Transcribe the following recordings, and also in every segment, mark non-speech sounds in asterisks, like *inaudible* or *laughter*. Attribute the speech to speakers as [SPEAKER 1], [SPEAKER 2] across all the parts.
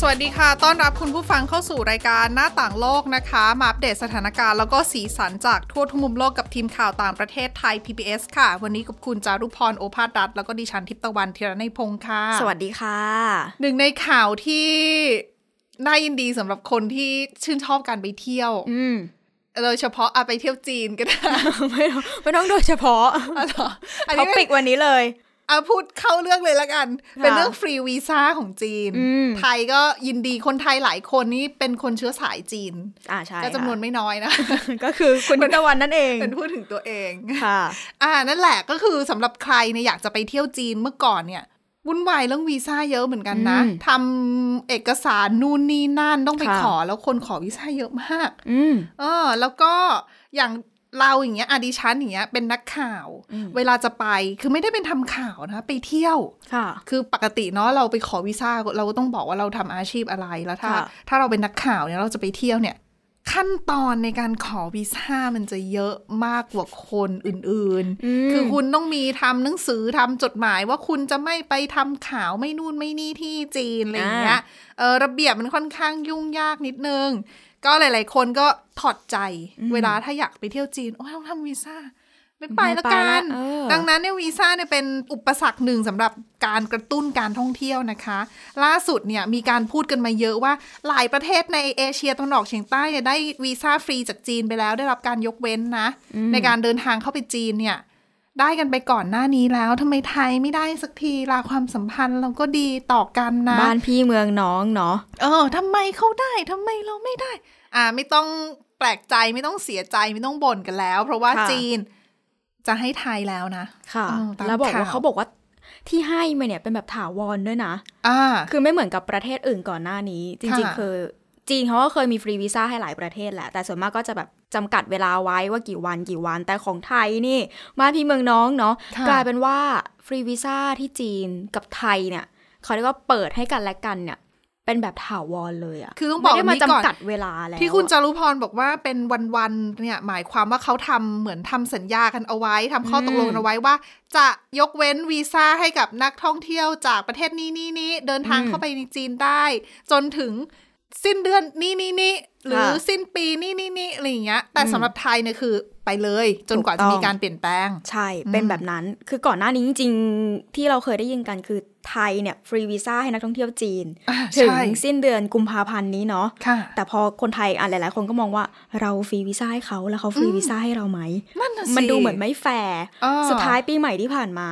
[SPEAKER 1] สวัสดีค่ะ ต้อนรับคุณผู้ฟังเข้าสู่รายการหน้าต่างโลกนะคะ มาอัปเดตสถานการณ์แล้วก็สีสันจากทั่วทุกมุมโลกกับทีมข่าวต่างประเทศไทย PBS ค่ะ วันนี้กับคุณจารุพรโอภาสรัฐแล้วก็ดิฉันทิพย์ตะวันธีรนัยพงค์ค่ะ
[SPEAKER 2] สวัสดีค่ะ
[SPEAKER 1] หนึ่งในข่าวที่น่ายินดีสำหรับคนที่ชื่นชอบการไปเที่ยว
[SPEAKER 2] อืม
[SPEAKER 1] โดยเฉพาะอาไปเที่ยวจีนก็
[SPEAKER 2] *laughs*
[SPEAKER 1] ได้
[SPEAKER 2] ไม่ต้องไม่ต้องโดยเฉพาะ
[SPEAKER 1] อ๋อเหรออัน
[SPEAKER 2] ท็
[SPEAKER 1] นี้
[SPEAKER 2] อ
[SPEAKER 1] เป็น
[SPEAKER 2] ปิกวันนี้เลย
[SPEAKER 1] เอาพูดเข้าเรื่องเลยละกัน
[SPEAKER 2] ค่ะ
[SPEAKER 1] เป็นเรื่องฟรีวีซ่าของจีน
[SPEAKER 2] อืม
[SPEAKER 1] ไทยก็ยินดีคนไทยหลายคนนี่เป็นคนเชื้อสายจีน
[SPEAKER 2] อ่าใช่
[SPEAKER 1] ก็จำนวน
[SPEAKER 2] ค่ะ
[SPEAKER 1] ไม่น้อยนะ
[SPEAKER 2] ก็คือคุณทิพย์ตะวันนั่นเอง
[SPEAKER 1] เป็นพูดถึงตัวเอง
[SPEAKER 2] ค่ะ
[SPEAKER 1] อ่านั่นแหละก็คือสำหรับใครเนี่ยอยากจะไปเที่ยวจีนเมื่อก่อนเนี่ยวุ่นวายเรื่องวีซ่าเยอะเหมือนกันนะ
[SPEAKER 2] อืม
[SPEAKER 1] ทำเอกสารนู่นนี่นั่นต้องไป
[SPEAKER 2] ค่ะ
[SPEAKER 1] ขอแล้วคนขอวีซ่าเยอะมาก
[SPEAKER 2] อืม
[SPEAKER 1] เออแล้วก็อย่างเราอย่างเงี้ยอะดิฉันอย่างเงี้ยเป็นนักข่าว
[SPEAKER 2] อืม
[SPEAKER 1] เวลาจะไปคือไม่ได้เป็นทำข่าวนะไปเที่ยว
[SPEAKER 2] ค่ะ
[SPEAKER 1] คือปกติเนาะเราไปขอวีซ่าเราก็ต้องบอกว่าเราทำอาชีพอะไรแล้วถ้า
[SPEAKER 2] ค่ะ
[SPEAKER 1] ถ้าเราเป็นนักข่าวเนี่ยเราจะไปเที่ยวเนี่ย ขั้นตอนในการขอวีซ่ามันจะเยอะมากกว่าคนอื่น
[SPEAKER 2] อืม
[SPEAKER 1] ๆ คือคุณต้องมีทำหนังสือทำจดหมายว่าคุณจะไม่ไปทำข่าวไม่นู่นไม่นี่ที่จีนอะไรอย่างเงี้ยเออระเบียบมันค่อนข้างยุ่งยากนิดนึง ก็หลาย ๆ คนก็ถอดใจเวลาถ้าอยากไปเที่ยวจีนโอ้ยต้องทำวีซ่าไม่ไปแล้วกัน
[SPEAKER 2] ไม่ไปละเออ
[SPEAKER 1] ดังนั้นเนี่ยวีซ่าเนี่ยเป็นอุปสรรคหนึ่งสำหรับการกระตุ้นการท่องเที่ยวนะคะ ล่าสุดเนี่ยมีการพูดกันมาเยอะว่าหลายประเทศในเอเชียตะวันออกเฉียงใต้เนี่ยได้วีซ่าฟรีจากจีนไปแล้วได้รับการยกเว้นนะ ในการเดินทางเข้าไปจีนเนี่ย ได้กันไปก่อนหน้านี้แล้วทำไมไทยไม่ได้สักทีลาความสัมพันธ์เราก็ดีต่อกันนะ
[SPEAKER 2] บ้านพี่เมืองน้องเนาะ
[SPEAKER 1] เออทำไมเขาได้ทำไมเราไม่ได้ อ่า ไม่ต้องแปลกใจไม่ต้องเสียใจไม่ต้องบ่นกันแล้ว เพราะว่า
[SPEAKER 2] ค่ะ
[SPEAKER 1] จีนจะให้ไทยแล้วนะ
[SPEAKER 2] ค่ะ
[SPEAKER 1] อืมตาม
[SPEAKER 2] แล้วบอกว่า
[SPEAKER 1] ข่าว
[SPEAKER 2] เขาบอกว่าที่ให้มาเนี่ยเป็นแบบถาวรด้วยนะ
[SPEAKER 1] อ่า
[SPEAKER 2] คือไม่เหมือนกับประเทศอื่นก่อนหน้านี้ จริง
[SPEAKER 1] ค่ะ
[SPEAKER 2] ๆคือจีนเขาก็เคยมีฟรีวีซ่าให้หลายประเทศแหละ แต่ส่วนมากก็จะแบบจำกัดเวลาไว้ว่ากี่วันกี่วัน แต่ของไทยนี่มาที่เมืองน้องเนาะ
[SPEAKER 1] ค่ะ
[SPEAKER 2] กลายเป็นว่าฟรีวีซ่าที่จีนกับไทยเนี่ยเขาเรียกว่าเปิดให้กันและกันเนี่ย เป็นแบบถาวรเลยอะ
[SPEAKER 1] คือต้องบอก
[SPEAKER 2] ไม่ได้มา
[SPEAKER 1] แบบนี้ก่อน
[SPEAKER 2] จำกัดเวลาแล้ว
[SPEAKER 1] ที่คุณ
[SPEAKER 2] อะ
[SPEAKER 1] จารุพรบอกว่าเป็นวันๆเนี่ยหมายความว่าเขาทำเหมือนทำสัญญากันเอาไว้ทำข้อ
[SPEAKER 2] อืม
[SPEAKER 1] ตกลงกันเอาไว้ว่า จะยกเว้นวีซ่าให้กับนักท่องเที่ยวจากประเทศนี้นี้นี้เดินทางเข้าไปในจีนได้ จนถึงสิ้นเดือนนี้นี้นี้หรือสิ้นปีนี้นี้นี้อะไรอย่างเงี้ย แต่สำหรับไทยเนี่ยคือไปเลย จนกว่าจะมีการเปลี่ยนแปลง
[SPEAKER 2] ใช่ เป็นแบบนั้น คือก่อนหน้านี้จริงๆ ที่เราเคยได้ยินกันคือไทยเนี่ยฟรีวีซ่าให้นักท่องเที่ยวจีน
[SPEAKER 1] อ่า
[SPEAKER 2] ถึง
[SPEAKER 1] ใช่
[SPEAKER 2] สิ้นเดือนกุมภาพันธ์นี้เนาะ
[SPEAKER 1] ค่ะ
[SPEAKER 2] แต่พอคนไทยอ่ะหลาย ๆ คนก็มองว่าเราฟรีวีซ่าให้เขาแล้วเขาฟรีวีซ่าให้เราไหม
[SPEAKER 1] นั่นน่ะสิ
[SPEAKER 2] มันดูเหมือนไม่แฟร์
[SPEAKER 1] อ่า
[SPEAKER 2] สุดท้ายปีใหม่ที่ผ่านมา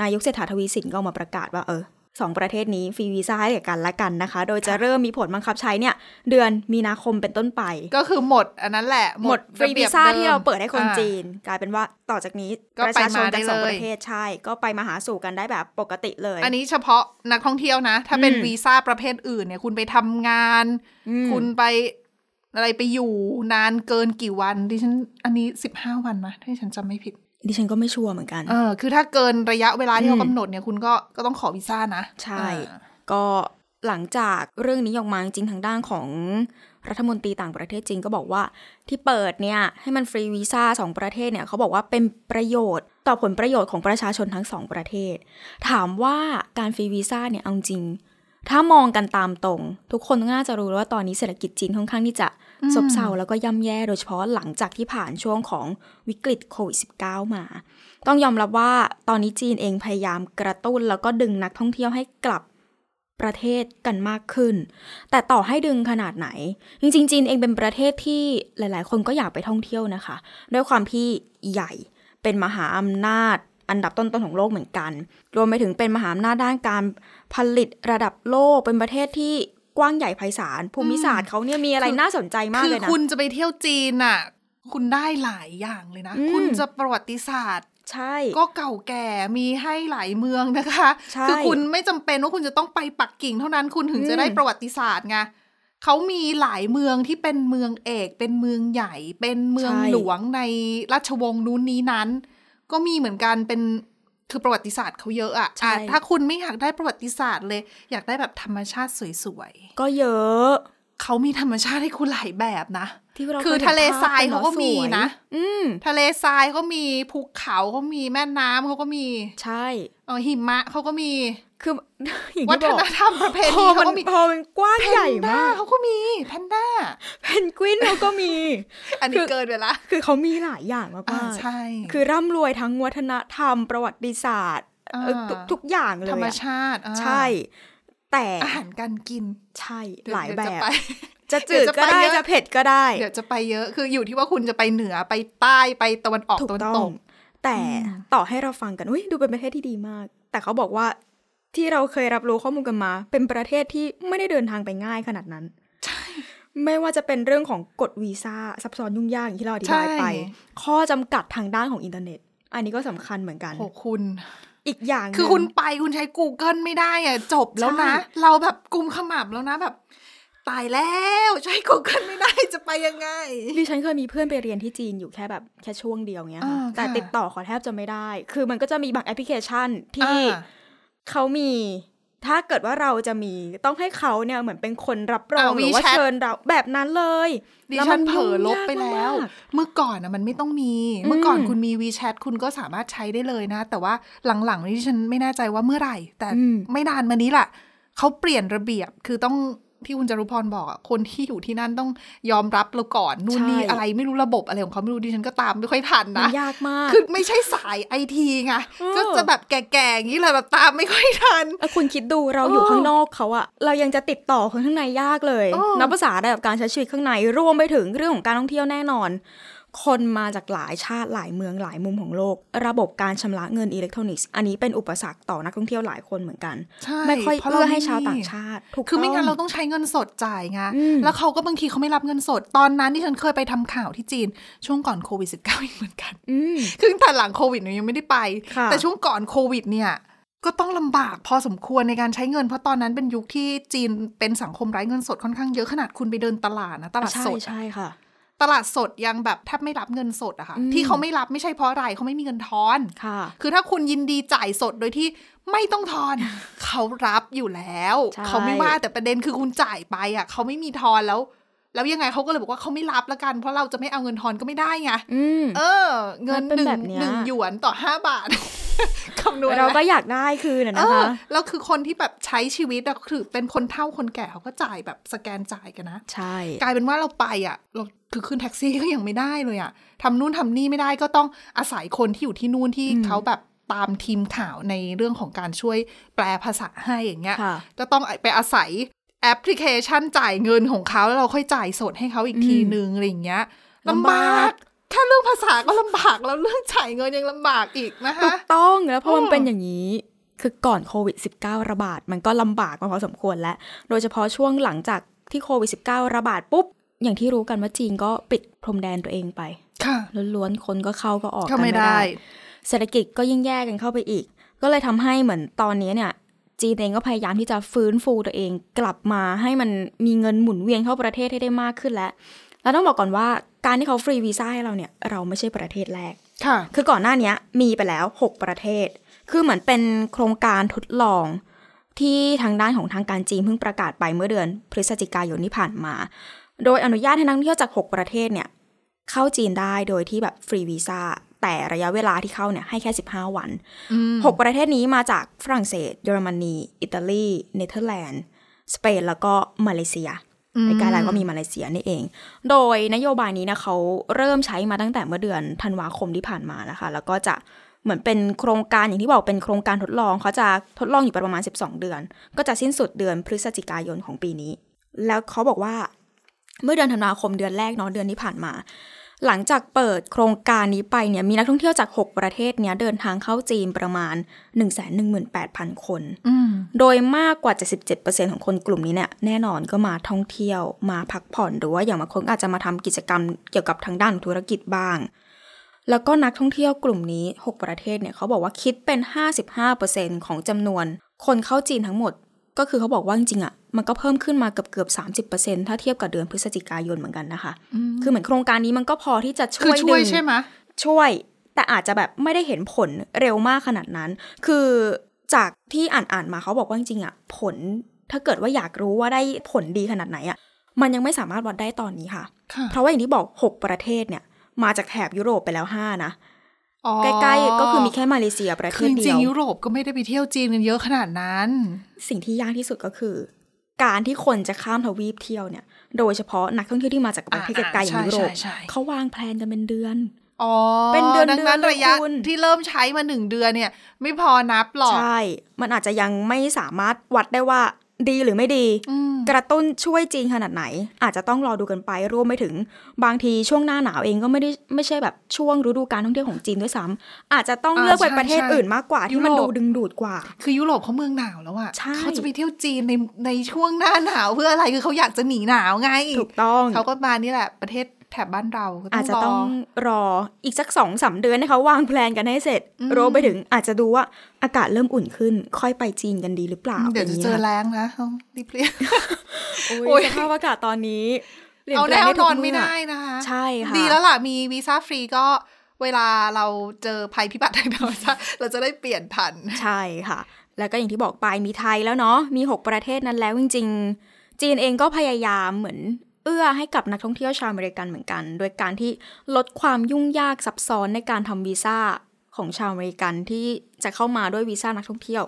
[SPEAKER 2] นายกเศรษฐาทวีสินก็ออกมาประกาศว่าเออสองประเทศนี้ฟรีวีซ่าให้แก่กันและกันนะคะ โดยจะเริ่มมีผลบังคับใช้เนี่ย เดือนมีนาคมเป็นต้นไป
[SPEAKER 1] ก็คือหมดอันนั้นแหละ
[SPEAKER 2] หมดฟรี
[SPEAKER 1] ะบี
[SPEAKER 2] วี
[SPEAKER 1] ยบ
[SPEAKER 2] ซ่า
[SPEAKER 1] ดิม
[SPEAKER 2] ที่เราเปิดให้คน
[SPEAKER 1] อ่า
[SPEAKER 2] จีน กลายเป็นว่าต่อจากนี้
[SPEAKER 1] ก็
[SPEAKER 2] ประชาชน
[SPEAKER 1] ไปมาได้
[SPEAKER 2] จากสอง
[SPEAKER 1] เลย
[SPEAKER 2] ประเทศใช่ ก็ไปมาหาสู่กันได้แบบปกติเลย
[SPEAKER 1] อันนี้เฉพาะนักท่องเที่ยวนะ ถ้าเป็น
[SPEAKER 2] อืม
[SPEAKER 1] วีซ่าประเภทอื่นเนี่ย คุณไปทำงาน
[SPEAKER 2] อืม
[SPEAKER 1] คุณไปอะไรไปอยู่นานเกินกี่วันดิฉันอันนี้สิบห้าวันนะถ้าดิฉันจำไม่ผิด
[SPEAKER 2] ดิฉันก็ไม่ชัวร์เหมือนกัน
[SPEAKER 1] เออ คือถ้าเกินระยะเวลาที่
[SPEAKER 2] อืม
[SPEAKER 1] เขากำหนดเนี่ยคุณก็ก็ต้องขอวีซ่านะ
[SPEAKER 2] ใช่
[SPEAKER 1] อ่า
[SPEAKER 2] ก็หลังจากเรื่องนี้ออกมาจริงๆทางด้านของรัฐมนตรีต่างประเทศจีนก็บอกว่าที่เปิดเนี่ยให้มันฟรีวีซ่าสองประเทศเนี่ยเขาบอกว่าเป็นประโยชน์ต่อผลประโยชน์ของประชาชนทั้งสองประเทศ ถามว่าการฟรีวีซ่าเนี่ยเอาจริง ถ้ามองกันตามตรง ทุกคนน่าจะรู้แล้วว่าตอนนี้เศรษฐกิจจีนค่อนข้างที่จะซบเซาแล้วก็ย่ำแย่โดยเฉพาะหลังจากที่ผ่านช่วงของวิกฤตโควิด -19 มา ต้องยอมรับว่าตอนนี้จีนเองพยายามกระตุ้นแล้วก็ดึงนักท่องเที่ยวให้กลับ ประเทศกันมากขึ้น แต่ต่อให้ดึงขนาดไหน จริงๆ จีนเองเป็นประเทศที่หลายๆ คนก็อยากไปท่องเที่ยวนะคะ ด้วยความที่ใหญ่เป็นมหาอำนาจ อันดับต้นๆของโลกเหมือนกัน รวมไปถึงเป็นมหาอำนาจด้านการผลิตระดับโลกเป็นประเทศที่กว้างใหญ่ไพศาลภูมิศาสตร์เขาเนี่ยมีอะไรน่าสนใจมาก
[SPEAKER 1] คือ
[SPEAKER 2] เลยนะ
[SPEAKER 1] คุณจะไปเที่ยวจีนน่ะ คุณได้หลายอย่างเลยนะ
[SPEAKER 2] อืม
[SPEAKER 1] คุณจะประวัติศาสตร์
[SPEAKER 2] ใช่
[SPEAKER 1] ก็เก่าแก่มีให้หลายเมืองนะคะ
[SPEAKER 2] ใช่
[SPEAKER 1] คือคุณไม่จำเป็นว่าคุณจะต้องไปปักกิ่งเท่านั้นคุณถึงจะได้
[SPEAKER 2] อืม
[SPEAKER 1] ประวัติศาสตร์ไงเขามีหลายเมืองที่เป็นเมืองเอก เป็นเมืองใหญ่ เป็นเมือง
[SPEAKER 2] ใช่
[SPEAKER 1] หลวงในราชวงศ์นู้นนี้นั้น ก็มีเหมือนกันเป็น คือประวัติศาสตร์เขาเยอะอะ
[SPEAKER 2] ใช่
[SPEAKER 1] อ่ะถ้าคุณไม่อยากได้ประวัติศาสตร์เลย อยากได้แบบธรรมชาติสวย
[SPEAKER 2] ก็เยอะ
[SPEAKER 1] ๆเขามีธรรมชาติให้คุณหลายแบบนะ
[SPEAKER 2] ที่เรา
[SPEAKER 1] คือ
[SPEAKER 2] เห็น
[SPEAKER 1] ทะเล
[SPEAKER 2] ภพ
[SPEAKER 1] ทราย
[SPEAKER 2] ป็น
[SPEAKER 1] เขาก็
[SPEAKER 2] สวย
[SPEAKER 1] มีนะ
[SPEAKER 2] อืม
[SPEAKER 1] ทะเลทรายเขามีภูเขาเขามีแม่น้ำเขาก็มี
[SPEAKER 2] ใช่
[SPEAKER 1] เออหิมะเขาก็มี
[SPEAKER 2] คือ *laughs* อย่าง
[SPEAKER 1] วัฒ
[SPEAKER 2] ที่บอก
[SPEAKER 1] นธรรมประเพ
[SPEAKER 2] พ
[SPEAKER 1] ณี
[SPEAKER 2] อมั
[SPEAKER 1] เขา
[SPEAKER 2] น
[SPEAKER 1] ก็มี
[SPEAKER 2] พอมันกว้าง
[SPEAKER 1] แพ
[SPEAKER 2] ใหญ่
[SPEAKER 1] นด้าม
[SPEAKER 2] าก
[SPEAKER 1] เขาก็มีแพนด้า
[SPEAKER 2] เพนกวินเขาก็มี
[SPEAKER 1] อันนี้
[SPEAKER 2] คือ
[SPEAKER 1] เกินไปละ
[SPEAKER 2] คือเขามีหลายอย่างมา
[SPEAKER 1] อ่าก ใช่
[SPEAKER 2] ๆคือร่ำรวยทั้งวัฒนธรรม ประวัติศาสตร์
[SPEAKER 1] า
[SPEAKER 2] เอ่อทุกทุกอย่างเลย
[SPEAKER 1] ธรรม
[SPEAKER 2] อะ
[SPEAKER 1] ชาติอ่า
[SPEAKER 2] ใช่ แต่
[SPEAKER 1] อาหารการกิน
[SPEAKER 2] ใช่
[SPEAKER 1] เดี๋ว
[SPEAKER 2] หลายแบ
[SPEAKER 1] เดี๋วจะ *laughs*
[SPEAKER 2] บ
[SPEAKER 1] ไป
[SPEAKER 2] จะ
[SPEAKER 1] เดี๋
[SPEAKER 2] จื
[SPEAKER 1] ยว
[SPEAKER 2] ด
[SPEAKER 1] จะ
[SPEAKER 2] ก็ได้
[SPEAKER 1] ไปเยอะ
[SPEAKER 2] จะเผ็ดก็ได้
[SPEAKER 1] เดี๋ยวจะไปเยอะ คืออยู่ที่ว่าคุณจะไปเหนือไปใต้ไปตะวันออก
[SPEAKER 2] ถูก
[SPEAKER 1] ตะวัน
[SPEAKER 2] ต้อ
[SPEAKER 1] ต
[SPEAKER 2] ง
[SPEAKER 1] ก
[SPEAKER 2] แต่
[SPEAKER 1] อืม
[SPEAKER 2] ต่อให้เราฟังกันอุ้ยดูเป็นประเทศที่ดีมาก แต่เขาบอกว่าที่เราเคยรับรู้ข้อมูลกันมา เป็นประเทศที่ไม่ได้เดินทางไปง่ายขนาดนั้น ไม่ว่าจะเป็นเรื่องของกฎวีซ่าซับซ้อนยุ่งยากอย่างที่เราอธิบายไป ข้อจำกัดทางด้านของอินเทอร์เน็ต อันนี้ก็สำคัญเหมือนกัน
[SPEAKER 1] โหคุณ
[SPEAKER 2] อีกอย่างหนึ่ง
[SPEAKER 1] คือคุณไปคุณใช้ Google ไม่ได้อะจบแล้วนะ
[SPEAKER 2] ใช่
[SPEAKER 1] เราแบบกุมขมับแล้วนะแบบ ตายแล้วใช้ Google ไม่ได้จะไปยังไง
[SPEAKER 2] ดิฉันเคยมีเพื่อนไปเรียนที่จีนอยู่แค่แบบแค่ช่วงเดียวเนี้ยค่ะ
[SPEAKER 1] อ่า
[SPEAKER 2] แต่
[SPEAKER 1] ค่ะ
[SPEAKER 2] ติดต่อเขาแทบจะไม่ได้ คือมันก็จะมีบางแอปพลิเคชันที่
[SPEAKER 1] อ่า
[SPEAKER 2] เขามี ถ้าเกิดว่าเราจะมีต้องให้เขาเนี่ยเหมือนเป็นคนรับรอง
[SPEAKER 1] อ่า
[SPEAKER 2] หรือว่า
[SPEAKER 1] WeChat
[SPEAKER 2] เชิญเราแบบนั้นเลย
[SPEAKER 1] ดิ
[SPEAKER 2] แล้ว
[SPEAKER 1] ฉั
[SPEAKER 2] มัน น
[SPEAKER 1] เผลอลบไปแล้ว
[SPEAKER 2] ยุ่งยากมาก
[SPEAKER 1] เมื่อก่อนนะมันไม่ต้องมี
[SPEAKER 2] อืม
[SPEAKER 1] เมื่อก่อนคุณมีวีแชทคุณก็สามารถใช้ได้เลยนะ แต่ว่าหลังๆนี่ดิฉันไม่แน่ใจว่าเมื่อไหร่ แต่
[SPEAKER 2] อืม
[SPEAKER 1] ไม่นานมานี้แหละเขาเปลี่ยนระเบียบคือต้องที่คุณจารุพรบอกอะคนที่อยู่ที่นั่นต้องยอมรับเราก่อนนู่นนี่อะไรไม่รู้ระบบอะไรของเขาไม่รู้ดิฉันก็ตามไม่ค่อยทัน
[SPEAKER 2] มั
[SPEAKER 1] นะ
[SPEAKER 2] นยากมาก
[SPEAKER 1] คือไม่ใช่สายไอทีไง
[SPEAKER 2] เออ
[SPEAKER 1] ก็จะแบบแก่ๆอย่างนี้เลยแบบตามไม่ค่อยทัน
[SPEAKER 2] แล้วคุณคิดดูเราอยู่
[SPEAKER 1] เออ
[SPEAKER 2] ข้างนอกเขาอะเรายังจะติดต่อคนข้างในยากเลย
[SPEAKER 1] เออ
[SPEAKER 2] นับภาษาได้กับการใช้ชีวิตข้างในรวมไปถึงเรื่องของการท่องเที่ยวแน่นอน คนมาจากหลายชาติหลายเมืองหลายมุมของโลก ระบบการชำระเงินอิเล็กทรอนิกส์ อันนี้เป็นอุปสรรคต่อนักท่องเที่ยวหลายคนเหมือนกัน
[SPEAKER 1] ใช่
[SPEAKER 2] ไม่ค่อย
[SPEAKER 1] พระร
[SPEAKER 2] เอื้อให้ชาวต่าง
[SPEAKER 1] มี
[SPEAKER 2] ชาติถูก
[SPEAKER 1] คือไม่งั้น
[SPEAKER 2] ต้
[SPEAKER 1] เรา
[SPEAKER 2] อง
[SPEAKER 1] ต้องใช้เงินสดจ่ายไง
[SPEAKER 2] อืม
[SPEAKER 1] แล้วเขาก็บางทีเขาไม่รับเงินสด ตอนนั้นที่ฉันเคยไปทำข่าวที่จีน ช่วงก่อนโควิด -19 อีกเหมือนกัน *laughs*
[SPEAKER 2] อืม
[SPEAKER 1] คือแต่หลังโควิดเนี่ยยังไม่ได้ไป
[SPEAKER 2] ค่ะ
[SPEAKER 1] แต่ช่วงก่อนโควิดเนี่ย ก็ต้องลำบากพอสมควรในการใช้เงิน เพราะตอนนั้นเป็นยุคที่จีนเป็นสังคมไร้เงินสดค่อนข้างเยอะขนาดคุณไปเดินตลาดนะตลาด
[SPEAKER 2] ใช่
[SPEAKER 1] สดอะ
[SPEAKER 2] ใช่ค่ะ
[SPEAKER 1] ตลาดสดยังแบบแทบไม่รับเงินสดอะค่ะ
[SPEAKER 2] อืม
[SPEAKER 1] ที่เขาไม่รับไม่ใช่เพราะอะไรเขาไม่มีเงินทอน
[SPEAKER 2] ค่ะ
[SPEAKER 1] คือถ้าคุณยินดีจ่ายสดโดยที่ไม่ต้องท
[SPEAKER 2] *laughs*
[SPEAKER 1] อน เขารับอยู่แล้ว
[SPEAKER 2] ใช่
[SPEAKER 1] เขาไม่ว่าแต่ประเด็นคือคุณจ่ายไปอ่ะ เขาไม่มีทอนแล้ว แล้วยังไงเขาก็เลยบอกว่าเขาไม่รับละกัน เพราะเราจะไม่เอาเงินทอนก็ไม่ได้ไง
[SPEAKER 2] อืม
[SPEAKER 1] เออ เงิน
[SPEAKER 2] มันเป็น
[SPEAKER 1] หนึ่
[SPEAKER 2] แบ
[SPEAKER 1] ง
[SPEAKER 2] บเนี้ย
[SPEAKER 1] หนึ่งหยวนต่อห้าบาท *laughs* คำนวณ
[SPEAKER 2] เรา
[SPEAKER 1] แล้ว
[SPEAKER 2] ก็อยากได้คืนอะ
[SPEAKER 1] เอ
[SPEAKER 2] นะ
[SPEAKER 1] อ
[SPEAKER 2] คะ
[SPEAKER 1] แล้วคือคนที่แบบใช้ชีวิตอะคือเป็นคนเฒ่าคนแก่เขาก็จ่ายแบบสแกนจ่ายกันนะ
[SPEAKER 2] ใช่
[SPEAKER 1] กลายเป็นว่าเราไปอ่ะ เราคือขึ้นแท็กซี่ก็ยังไม่ได้เลยอ่ะทำนู่นทำนี่ไม่ได้ก็ต้องอาศัยคนที่อยู่ที่นู่นที่เขาแบบตามทีมข่าวในเรื่องของการช่วยแปลภาษาให้อย่างเงี้ย
[SPEAKER 2] ค่ะ
[SPEAKER 1] ก็ต้องไปอาศัยแอปพลิเคชันจ่ายเงินของเขาแล้วเราค่อยจ่ายสดให้เขาอีกที
[SPEAKER 2] อืม
[SPEAKER 1] นึงอะไรอย่างเงี้ย
[SPEAKER 2] ลำ
[SPEAKER 1] ลำ
[SPEAKER 2] บา
[SPEAKER 1] บาก กแค่เรื่องภาษาก็ลำบากแล้วเรื่องจ่ายเงินยังลำบากอีกนะ
[SPEAKER 2] ถู
[SPEAKER 1] คะ
[SPEAKER 2] กต้องแล้วพอมัน
[SPEAKER 1] เออ
[SPEAKER 2] เป็นอย่างนี้ คือก่อนโควิด -19 ระบาด มันก็ลำบากมาพอสมควรแล้ว โดยเฉพาะช่วงหลังจากที่โควิด -19 ระบาดปุ๊บ อย่างที่รู้กันว่าจีนก็ปิดพรมแดนตัวเองไป
[SPEAKER 1] ค่ะ
[SPEAKER 2] ล้วนๆ คนก็เข้าก็ออกกั
[SPEAKER 1] ก็
[SPEAKER 2] น
[SPEAKER 1] ไม่
[SPEAKER 2] ไม่
[SPEAKER 1] ได้
[SPEAKER 2] ได้ เศรษฐกิจก็ยิ่งแย่กันเข้าไปอีก ก็เลยทำให้เหมือนตอนนี้เนี่ย จีนเองก็พยายามที่จะฟื้นฟูตัวเอง กลับมาให้มันมีเงินหมุนเวียนเข้าประเทศให้ได้มากขึ้นแล้ว แล้วต้องบอกก่อนว่าการที่เขาฟรีวีซ่าให้เราเนี่ย เราไม่ใช่ประเทศแรก
[SPEAKER 1] ค่ะ
[SPEAKER 2] คือก่อนหน้าเนี้ยมีไปแล้ว 6 ประเทศ คือเหมือนเป็นโครงการทดลอง ที่ทางด้านของทางการจีนเพิ่งประกาศไปเมื่อเดือนพฤศจิกายนที่ผ่านมา โดยอนุญาตให้นักท่องเที่ยวจาก 6 ประเทศเนี่ยเข้าจีนได้โดยที่แบบฟรีวีซ่า แต่ระยะเวลาที่เข้าเนี่ยให้แค่ 15 วัน
[SPEAKER 1] อืม
[SPEAKER 2] 6 ประเทศนี้มาจากฝรั่งเศส เยอรมนี อิตาลี เนเธอร์แลนด์ สเปน แล้วก็มาเลเซีย ในไกด์ไลน์ก็มีมาเลเซียนี่เอง โดยนโยบายนี้นะเขาเริ่มใช้มาตั้งแต่เมื่อเดือนธันวาคมที่ผ่านมานะคะ แล้วก็จะเหมือนเป็นโครงการอย่างที่บอกเป็นโครงการทดลองเขาจะทดลองอยู่ประมาณ 12 เดือน ก็จะสิ้นสุดเดือนพฤศจิกายนของปีนี้ แล้วเขาบอกว่า เมื่อเดือนธันวาคมเดือนแรกเนาะเดือนที่ผ่านมา หลังจากเปิดโครงการนี้ไปเนี่ยมีนักท่องเที่ยวจาก 6 ประเทศเนี่ยเดินทางเข้าจีนประมาณ 118,000 คน
[SPEAKER 1] อืม
[SPEAKER 2] โดยมากกว่า 77%ของคนกลุ่มนี้เนี่ยแน่นอนก็มาท่องเที่ยวมาพักผ่อนหรือว่าอย่างบางคนอาจจะมาทำกิจกรรมเกี่ยวกับทางด้านธุรกิจบ้าง แล้วก็นักท่องเที่ยวกลุ่มนี้ 6 ประเทศเนี่ยเขาบอกว่าคิดเป็น 55%ของจำนวน คนเข้าจีนทั้งหมด ก็คือเขาบอกว่าจริงๆอ่ะมันก็เพิ่มขึ้นมาเกือบเกือบๆ30%ถ้าเทียบกับเดือนพฤศจิกายนเหมือนกันนะคะ คือเหมือนโครงการนี้มันก็พอที่จะช่
[SPEAKER 1] คือ
[SPEAKER 2] วย
[SPEAKER 1] ช่วย
[SPEAKER 2] ดึง
[SPEAKER 1] ใช่ไหม
[SPEAKER 2] ช่วย แต่อาจจะแบบไม่ได้เห็นผลเร็วมากขนาดนั้น คือจากที่อ่านอ่านมาเขาบอกว่าจริงๆอะผลถ้าเกิดว่าอยากรู้ว่าได้ผลดีขนาดไหนอะมันยังไม่สามารถวัดได้ตอนนี้ค่ะ
[SPEAKER 1] ค่ะ
[SPEAKER 2] เพราะว่าอย่างที่บอก 6 ประเทศเนี่ย มาจากแถบยุโรปไปแล้ว 5 นะ
[SPEAKER 1] อ๋อ
[SPEAKER 2] ใกล้ๆ ก็คือมีแค่มาเลเซียประเท
[SPEAKER 1] คือ
[SPEAKER 2] ศ
[SPEAKER 1] จ
[SPEAKER 2] เดี
[SPEAKER 1] ริ
[SPEAKER 2] ย
[SPEAKER 1] ง
[SPEAKER 2] ว
[SPEAKER 1] ๆยุโรปก็ไม่ได้ไปเที่ยวจีนกันเยอะขนาดนั้น
[SPEAKER 2] สิ่งที่ยากที่สุดก็คือ การที่คนจะข้ามทวีปเที่ยวเนี่ย โดยเฉพาะนักท่องเที่ยวที่มาจากประเทศ
[SPEAKER 1] อ่า
[SPEAKER 2] ไกลๆอย่างยุโรป
[SPEAKER 1] ใช่ใช่ใช่
[SPEAKER 2] เขาวางแพลนกันเป็นเดือน
[SPEAKER 1] อ๋อ
[SPEAKER 2] เป็นเดือนๆ
[SPEAKER 1] ดังนั้น
[SPEAKER 2] เลย
[SPEAKER 1] ระยะ
[SPEAKER 2] คุณ
[SPEAKER 1] ที่เริ่มใช้มาหนึ่งเดือนเนี่ย ไม่พอนับหรอก
[SPEAKER 2] ใช่ มันอาจจะยังไม่สามารถวัดได้ว่าดีหรือไม่ดี
[SPEAKER 1] อืม
[SPEAKER 2] กระตุ้นช่วยจริงขนาดไหน อาจจะต้องรอดูกันไปรวมไปถึงบางทีช่วงหน้าหนาวเองก็ไม่ได้ไม่ใช่แบบช่วงฤดูการท่องเที่ยวของจีนด้วยซ้ำอาจจะต้องเลือกไปประเทศอื่นมากกว่าที่มันดูดึงดูดกว่า
[SPEAKER 1] คือยุโรปเขาเมืองหนาวแล้วอะ
[SPEAKER 2] ใช่
[SPEAKER 1] เขาจะไปเที่ยวจีนในในช่วงหน้าหนาวเพื่ *laughs* ออะไรคือเขาอยากจะหนีหนาวไง
[SPEAKER 2] ถูกต้อง
[SPEAKER 1] เขาก็มานี่แหละประเทศแถบบ้านเราก็
[SPEAKER 2] อาจจะ
[SPEAKER 1] ร
[SPEAKER 2] ต้องรออีกสักสองสามเดือนนะคะวางแพลนกันให้เสร็จ
[SPEAKER 1] อืม
[SPEAKER 2] รวมไปถึงอาจจะดูว่าอากาศเริ่มอุ่นขึ้น ค่อยไปจีนกันดีหรือเปล่า
[SPEAKER 1] เดี๋ยวจะเจอ
[SPEAKER 2] ไร
[SPEAKER 1] แรงนะต้องรีบเรียน โอ้
[SPEAKER 2] โอ้
[SPEAKER 1] ย
[SPEAKER 2] ยสภาพอากาศตอนนี้ปลี่ย
[SPEAKER 1] เอา
[SPEAKER 2] ปล
[SPEAKER 1] แน่
[SPEAKER 2] ด้
[SPEAKER 1] น
[SPEAKER 2] ทุก
[SPEAKER 1] อน
[SPEAKER 2] เ
[SPEAKER 1] ไม่ได้นะคะ
[SPEAKER 2] ใช่ค่ะ
[SPEAKER 1] ดีแล้วล่ะ มีวีซ่าฟรีก็เวลาเราเจอภัยพิบัติทางธรรมชาติเราจะได้เปลี่ยนผัน
[SPEAKER 2] ใช่ค่ะ แล้วก็อย่างที่บอกไปมีไทยแล้วเนาะ มี 6 ประเทศนั้นแล้วจริงๆ จีนเองก็พยายามเหมือน เอื้อให้กับนักท่องเที่ยวชาวอเมริกันเหมือนกัน โดยการที่ลดความยุ่งยากซับซ้อนในการทำวีซ่าของชาวอเมริกันที่จะเข้ามาด้วยวีซ่านักท่องเที่ยว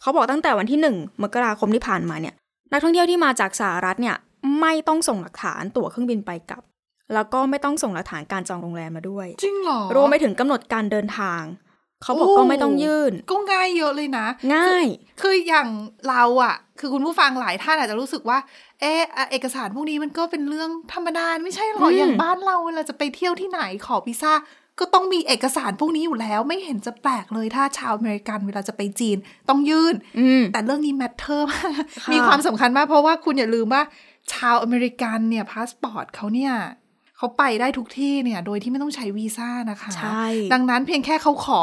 [SPEAKER 2] เขาบอกตั้งแต่วันที่ 1 มกราคมที่ผ่านมาเนี่ย นักท่องเที่ยวที่มาจากสหรัฐเนี่ยไม่ต้องส่งหลักฐานตั๋วเครื่องบินไปกลับ แล้วก็ไม่ต้องส่งหลักฐานการจองโรงแรมมาด้วย
[SPEAKER 1] จริงเหรอ
[SPEAKER 2] รวมไปถึงกำหนดการเดินทาง เขาบอกก็ไม่ต้องยื่น
[SPEAKER 1] ก็ง่ายเยอะเลยนะ
[SPEAKER 2] ง่าย
[SPEAKER 1] คืออย่างเราอะคือคุณผู้ฟังหลายท่านอาจจะรู้สึกว่า เอะอ่ะเอกสารพวกนี้มันก็เป็นเรื่องธรรมดาไม่ใช่หรอ
[SPEAKER 2] อืม
[SPEAKER 1] อย่างบ้านเราเวลาจะไปเที่ยวที่ไหนขอวีซ่าก็ต้องมีเอกสารพวกนี้อยู่แล้ว ไม่เห็นจะแปลกเลยถ้าชาวอเมริกันเวลาจะไปจีนต้องยื่น
[SPEAKER 2] อืม
[SPEAKER 1] *laughs* แต่เรื่องนี้แมทเทอร์มาก
[SPEAKER 2] ค่ะ
[SPEAKER 1] มีความสำคัญมาก เพราะว่าคุณอย่าลืมว่าชาวอเมริกันเนี่ยพาสปอร์ตเขาเนี่ยเขาไปได้ทุกที่เนี่ย โดยที่ไม่ต้องใช้วีซ่านะคะ
[SPEAKER 2] ใช่
[SPEAKER 1] ดังนั้นเพียงแค่เขาขอ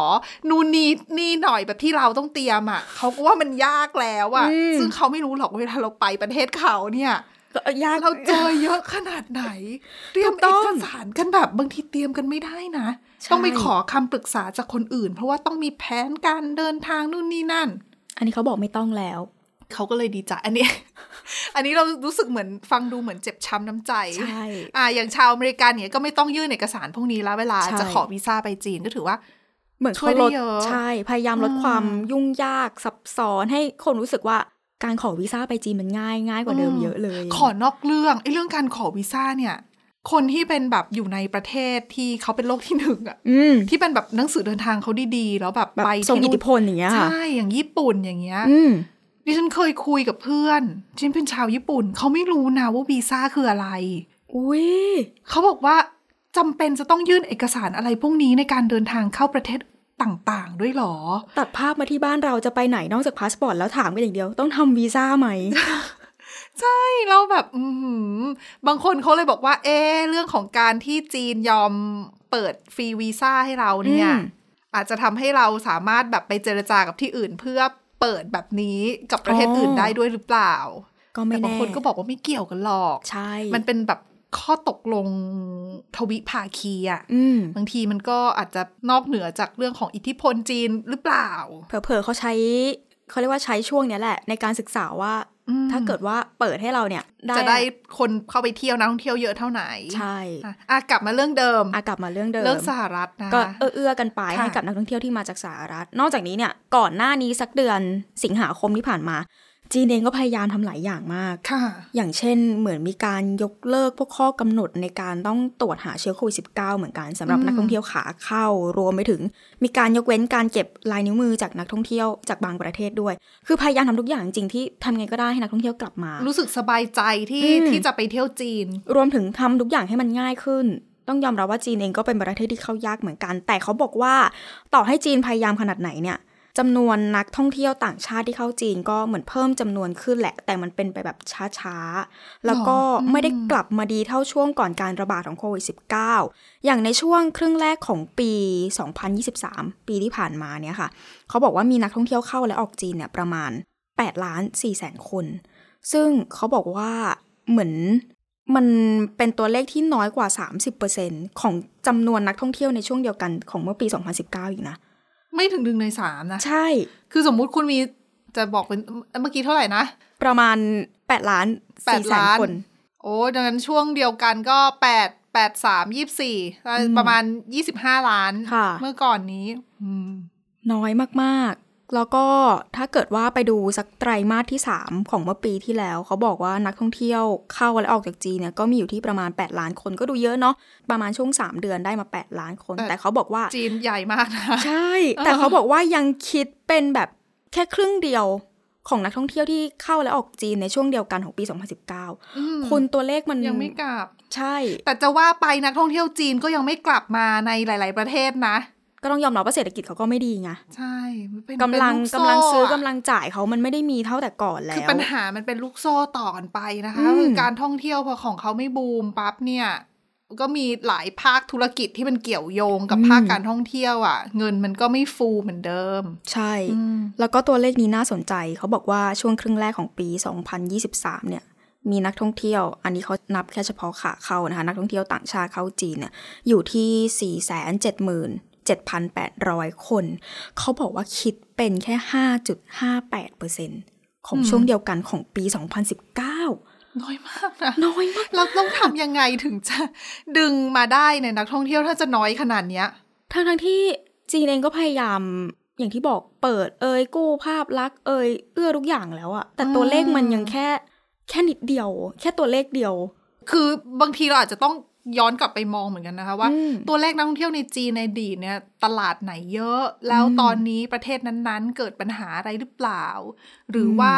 [SPEAKER 1] นูนนีนี่หน่อยแบบที่เราต้องเตรียมอะ่ะเขาก็ว่ามันยากแล้วอะ่ะ
[SPEAKER 2] อืม
[SPEAKER 1] ซึ่งเขาไม่รู้หรอกเวลาเราไปประเทศเขาเนี่ย
[SPEAKER 2] ก็ยาก
[SPEAKER 1] เราเจอเยอะขนาดไหน เตรียม
[SPEAKER 2] ถูก
[SPEAKER 1] เอ
[SPEAKER 2] ต้อง
[SPEAKER 1] กสารกันแบบบางทีเตรียมกันไม่ได้นะ
[SPEAKER 2] ใช่
[SPEAKER 1] ต้องไปขอคำปรึกษาจากคนอื่น เพราะว่าต้องมีแผนการเดินทางนู่นนี่นั่น
[SPEAKER 2] อันนี้เขาบอกไม่ต้องแล้ว
[SPEAKER 1] เขาก็เลยดีใจอันนี้ *laughs* อันนี้เรารู้สึกเหมือนฟังดูเหมือนเจ็บช้ำน้ำใจ
[SPEAKER 2] ใช่
[SPEAKER 1] อ่าอย่างชาวอเมริกันเนี่ยก็ไม่ต้องยื่นเอกสารพวกนี้แล้วเวลา
[SPEAKER 2] ใช่
[SPEAKER 1] จะขอวีซ่าไปจีนก็ถือว่า
[SPEAKER 2] เหมือน
[SPEAKER 1] ช่วย
[SPEAKER 2] เขา
[SPEAKER 1] ได้
[SPEAKER 2] ลด
[SPEAKER 1] เยอะ
[SPEAKER 2] ใช่ พยายามลด
[SPEAKER 1] อืม
[SPEAKER 2] ความยุ่งยากซับซ้อนให้คนรู้สึกว่าการขอวีซ่าไปจีนมันง่ายง่ายกว่าเดิม
[SPEAKER 1] อืม
[SPEAKER 2] เยอะเลย
[SPEAKER 1] ขอนอกเรื่องไอ้เรื่องการขอวีซ่าเนี่ย คนที่เป็นแบบอยู่ในประเทศที่เขาเป็นโรคที่หนึ่งอะ
[SPEAKER 2] อืม
[SPEAKER 1] ที่เป็นแบบหนังสือเดินทางเขาดีๆ แล้วแบบ
[SPEAKER 2] แบบ
[SPEAKER 1] ไป
[SPEAKER 2] ส่ง
[SPEAKER 1] ที่
[SPEAKER 2] อิ
[SPEAKER 1] นู่
[SPEAKER 2] ท
[SPEAKER 1] น
[SPEAKER 2] ธิพลอย่างเงี้ยค่ะ
[SPEAKER 1] ใช่อย่างญี่ปุ่นอย่างเงี้ย
[SPEAKER 2] อืม
[SPEAKER 1] ดิฉันเคยคุยกับเพื่อนฉันเป็นชาวญี่ปุ่นเขาไม่รู้นะว่าวีซ่าคืออะไร
[SPEAKER 2] อุ้ย
[SPEAKER 1] เขาบอกว่าจำเป็นจะต้องยื่นเอกสารอะไรพวกนี้ในการเดินทางเข้าประเทศต่างๆ ด้วยเหรอ
[SPEAKER 2] ตัดภาพมาที่บ้านเราจะไปไหนนอกจากพาสปอร์ตแล้วถามกันอย่างเดียวต้องทำวีซ่าไหม
[SPEAKER 1] ใช่แล้วแบบอือหือบางคนเขาเลยบอกว่า เอ๊ะเรื่องของการที่จีนยอมเปิดฟรีวีซ่าให้เราเนี่ย
[SPEAKER 2] อืม
[SPEAKER 1] อาจจะทำให้เราสามารถแบบไปเจรจากับที่อื่น เพื่อเปิดแบบนี้กับประเทศอื่นได้ด้วยหรือเปล่า
[SPEAKER 2] ก็
[SPEAKER 1] แต่
[SPEAKER 2] ไม่
[SPEAKER 1] บาง
[SPEAKER 2] แน่
[SPEAKER 1] คนก็บอกว่าไม่เกี่ยวกันหรอก
[SPEAKER 2] ใช่
[SPEAKER 1] มันเป็นแบบข้อตกลงทวิภาคีอะ
[SPEAKER 2] อืม
[SPEAKER 1] บางทีมันก็อาจจะนอกเหนือจากเรื่องของอิทธิพลจีนหรือเปล่า
[SPEAKER 2] เผลอๆเขาใช้เขาเรียกว่าใช้ช่วงเนี้ยแหละ ในการศึกษาว่า
[SPEAKER 1] อืม
[SPEAKER 2] ถ้าเกิดว่าเปิดให้เราเนี่ย
[SPEAKER 1] จะได้คนเข้าไปเที่ยวนักท่องเที่ยวเยอะเท่าไหน
[SPEAKER 2] ใช่
[SPEAKER 1] อ่ะอ่ะกลับมาเรื่องเดิม
[SPEAKER 2] อากลับมาเรื่องเดิม
[SPEAKER 1] เรื่องสหรัฐนะ
[SPEAKER 2] ก็เอื้อๆกันไป
[SPEAKER 1] ค่ะ
[SPEAKER 2] ให้กับนักท่องเที่ยวที่มาจากสหรัฐ นอกจากนี้เนี่ยก่อนหน้านี้สักเดือนสิงหาคมที่ผ่านมา จีนเองก็พยายามทำหลายอย่างมาก
[SPEAKER 1] ค่ะ
[SPEAKER 2] อย่างเช่นเหมือนมีการยกเลิกพวกข้อกำหนดในการต้องตรวจหาเชื้อโควิด -19 เหมือนกันสำหรับ
[SPEAKER 1] อืม
[SPEAKER 2] นักท่องเที่ยวขาเข้ารวมไปถึง มีการยกเว้นการเก็บลายนิ้วมือจากนักท่องเที่ยวจากบางประเทศด้วย คือพยายามทำทุกอย่างจริงๆที่ทำไงก็ได้ให้นักท่องเที่ยวกลับมา
[SPEAKER 1] รู้สึกสบายใจที่
[SPEAKER 2] อืม
[SPEAKER 1] ที่จะไปเที่ยวจีน
[SPEAKER 2] รวมถึงทำทุกอย่างให้มันง่ายขึ้น ต้องยอมรับว่าจีนเองก็เป็นประเทศที่เข้ายากเหมือนกัน แต่เขาบอกว่าต่อให้จีนพยายามขนาดไหนเนี่ยจำนวนนักท่องเที่ยวต่างชาติที่เข้าจีนก็เหมือนเพิ่มจำนวนขึ้นแหละ แต่มันเป็นไปแบบช้าๆ แล้วก็
[SPEAKER 1] หรออืม
[SPEAKER 2] ไม่ได้กลับมาดีเท่าช่วงก่อนการระบาดของโควิด -19 อย่างในช่วงครึ่งแรกของปี 2023 ปีที่ผ่านมาเนี่ยค่ะ เขาบอกว่ามีนักท่องเที่ยวเข้าและออกจีนเนี่ยประมาณ8ล้าน4แสนคน ซึ่งเขาบอกว่าเหมือน มันเป็นตัวเลขที่น้อยกว่า 30%ของจำนวนนักท่องเที่ยวในช่วงเดียวกันของเมื่อปี 2019 อีกนะ
[SPEAKER 1] ไม่ถึงหนึ่งในสามนะ
[SPEAKER 2] ใช่
[SPEAKER 1] คือสมมุติคุณมีจะบอกเป็นเมื่อกี้เท่าไหร่นะ
[SPEAKER 2] ประมาณ 8 ล้าน4แส
[SPEAKER 1] 8
[SPEAKER 2] น
[SPEAKER 1] ล้าน
[SPEAKER 2] คน
[SPEAKER 1] โอ้ดังนั้นช่วงเดียวกันก็แปดแปดสามยี่สี่ประมาณยี่สิบห้าล้าน
[SPEAKER 2] ค่ะ
[SPEAKER 1] เมื่อก่อนนี้ อืม
[SPEAKER 2] น้อยมากๆ แล้วก็ถ้าเกิดว่าไปดูสักไตรมาสที่ 3 ของเมื่อปีที่แล้ว เขาบอกว่านักท่องเที่ยวเข้าและออกจากจีนเนี่ยก็มีอยู่ที่ประมาณ 8 ล้านคนก็ดูเยอะเนาะประมาณช่วง 3 เดือนได้มา 8 ล้านคน
[SPEAKER 1] แต่
[SPEAKER 2] แต่เขาบอกว่า
[SPEAKER 1] จีนใหญ่มากนะ
[SPEAKER 2] ใช่ แต่เขาบอกว่ายังคิดเป็นแบบแค่ครึ่งเดียวของนักท่องเที่ยวที่เข้าและออกจีนในช่วงเดียวกันของปี 2019
[SPEAKER 1] อืม
[SPEAKER 2] คุณตัวเลขมัน
[SPEAKER 1] ยังไม่กลับ
[SPEAKER 2] ใช่
[SPEAKER 1] แต่จะว่าไปนักท่องเที่ยวจีนก็ยังไม่กลับมาในหลาย ๆ ประเทศนะ
[SPEAKER 2] ก็ต้องยอมรับว่าเศรษฐกิจเขาก็ไม่ดีไง
[SPEAKER 1] ใช่มันเป็น
[SPEAKER 2] กำลัง
[SPEAKER 1] เป็นโซ่
[SPEAKER 2] กำลังซื้อกำ
[SPEAKER 1] ะ
[SPEAKER 2] ลังจ่ายเขามันไม่ได้มีเท่าแต่ก่อนแล้ว
[SPEAKER 1] คือปัญหามันเป็นลูกโซ่ต่อกันไปนะคะ
[SPEAKER 2] อืม
[SPEAKER 1] คือการท่องเที่ยวพอของเขาไม่บูมปั๊บเนี่ย ก็มีหลายภาคธุรกิจที่มันเกี่ยวโยงกับภาคการท่องเที่ยวอะ่ะ เงินมันก็ไม่ฟูเหมือนเดิม
[SPEAKER 2] ใช่
[SPEAKER 1] อืม
[SPEAKER 2] แล้วก็ตัวเลขนี้น่าสนใจ เขาบอกว่าช่วงครึ่งแรกของปี 2023 เนี่ย มีนักท่องเที่ยว อันนี้เขานับแค่เฉพาะขาเข้านะคะ นักท่องเที่ยวต่างชาติเข้าจีนเนี่ย อยู่ที่ 477,800 คน เขาบอกว่าคิดเป็นแค่ 5.58%ของช่วงเดียวกันของปี 2019
[SPEAKER 1] น้อยมากนะ
[SPEAKER 2] น้อยมาก
[SPEAKER 1] เราต้องทำยังไงถึงจะดึงมาได้เนี่ยนักท่องเที่ยวถ้าจะน้อยขนาดเนี้ย
[SPEAKER 2] ทั้งทั้งๆที่จีนเองก็พยายามอย่างที่บอกเปิดเอ่ยกู้ภาพลักษณ์เอ่ยเอื้อทุกอย่างแล้วอะแต่ตัวเลขมันยังแค่แค่นิดเดียว แค่ตัวเลขเดียว
[SPEAKER 1] คือบางทีเราอาจจะต้องย้อนกลับไปมองเหมือนกันนะคะว่า
[SPEAKER 2] อืม
[SPEAKER 1] ตัวเลขนักท่องเที่ยวในจีนในอดีตเนี่ยตลาดไหนเยอะ แล้ว
[SPEAKER 2] อืม
[SPEAKER 1] ตอนนี้ประเทศนั้นๆ เกิดปัญหาอะไรหรือเปล่า หรืออ
[SPEAKER 2] ม
[SPEAKER 1] ว่า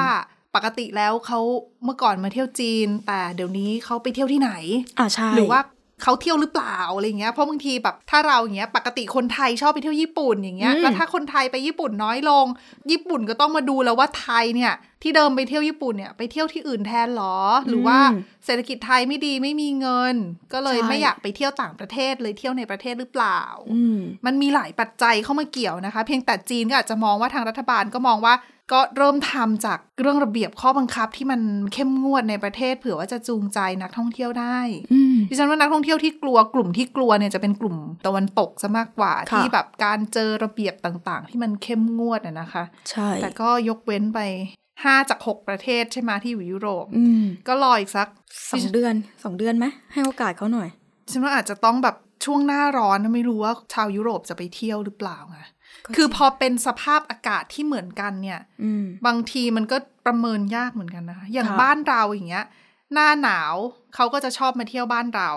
[SPEAKER 1] ปกติแล้วเขาเมื่อก่อนมาเที่ยวจีน แต่เดี๋ยวนี้เขาไปเที่ยวที่ไหน
[SPEAKER 2] อ่าใช่
[SPEAKER 1] หรือว่าเขาเที่ยวหรือเปล่าอะไรอย่างเงี้ยเพราะบางทีแบบถ้าเราอย่างเงี้ยปกติคนไทยชอบไปเที่ยวญี่ปุ่นอย่างเงี้ยแล้วถ้าคนไทยไปญี่ปุ่นน้อยลง ญี่ปุ่นก็ต้องมาดูแล้วว่าไทยเนี่ย ที่เดิมไปเที่ยวญี่ปุ่นเนี่ยไปเที่ยวที่อื่นแทนหรอ หรือว่าเศรษฐกิจไทยไม่ดีไม่มีเงิน ก็เลยไม่อยากไปเที่ยวต่างประเทศเลยเที่ยวในประเทศหรือเปล่า
[SPEAKER 2] อืม
[SPEAKER 1] มันมีหลายปัจจัยเข้ามาเกี่ยวนะคะ เพียงแต่จีนก็อาจจะมองว่าทางรัฐบาลก็มองว่า ก็เริ่มทำจากเรื่องระเบียบข้อบังคับที่มันเข้มงวดในประเทศ เผื่อว่าจะจูงใจนักท่องเที่ยวได้
[SPEAKER 2] อืม
[SPEAKER 1] ดิฉันว่านักท่องเที่ยวที่กลัวกลุ่มที่กลัวเนี่ยจะเป็นกลุ่มตะวันตกซะมากกว่า
[SPEAKER 2] ค่ะ
[SPEAKER 1] ที่แบบการเจอระเบียบต่างๆ ที่มันเข้มงวดอะนะคะ
[SPEAKER 2] ใช่
[SPEAKER 1] แต่ก็ยกเว้นไป 5 จาก 6 ประเทศใช่ไหมที่อยู่ยุโรป
[SPEAKER 2] อืม
[SPEAKER 1] ก็รออีกสัก
[SPEAKER 2] สองเดือนสองเดือนไหมให้โอกาสเขาหน่อย
[SPEAKER 1] ฉันว่าอาจจะต้องแบบช่วงหน้าร้อนนะไม่รู้ว่าชาวยุโรปจะไปเที่ยวหรือเปล่าไง
[SPEAKER 2] ก็จริง
[SPEAKER 1] คือพอเป็นสภาพอากาศที่เหมือนกันเนี่ย
[SPEAKER 2] อืม
[SPEAKER 1] บางทีมันก็ประเมินยากเหมือนกันนะคะอย่าง
[SPEAKER 2] ค่ะ
[SPEAKER 1] บ้านเราอย่างเงี้ย หน้าหนาวเขาก็จะชอบมาเที่ยวบ้านเรา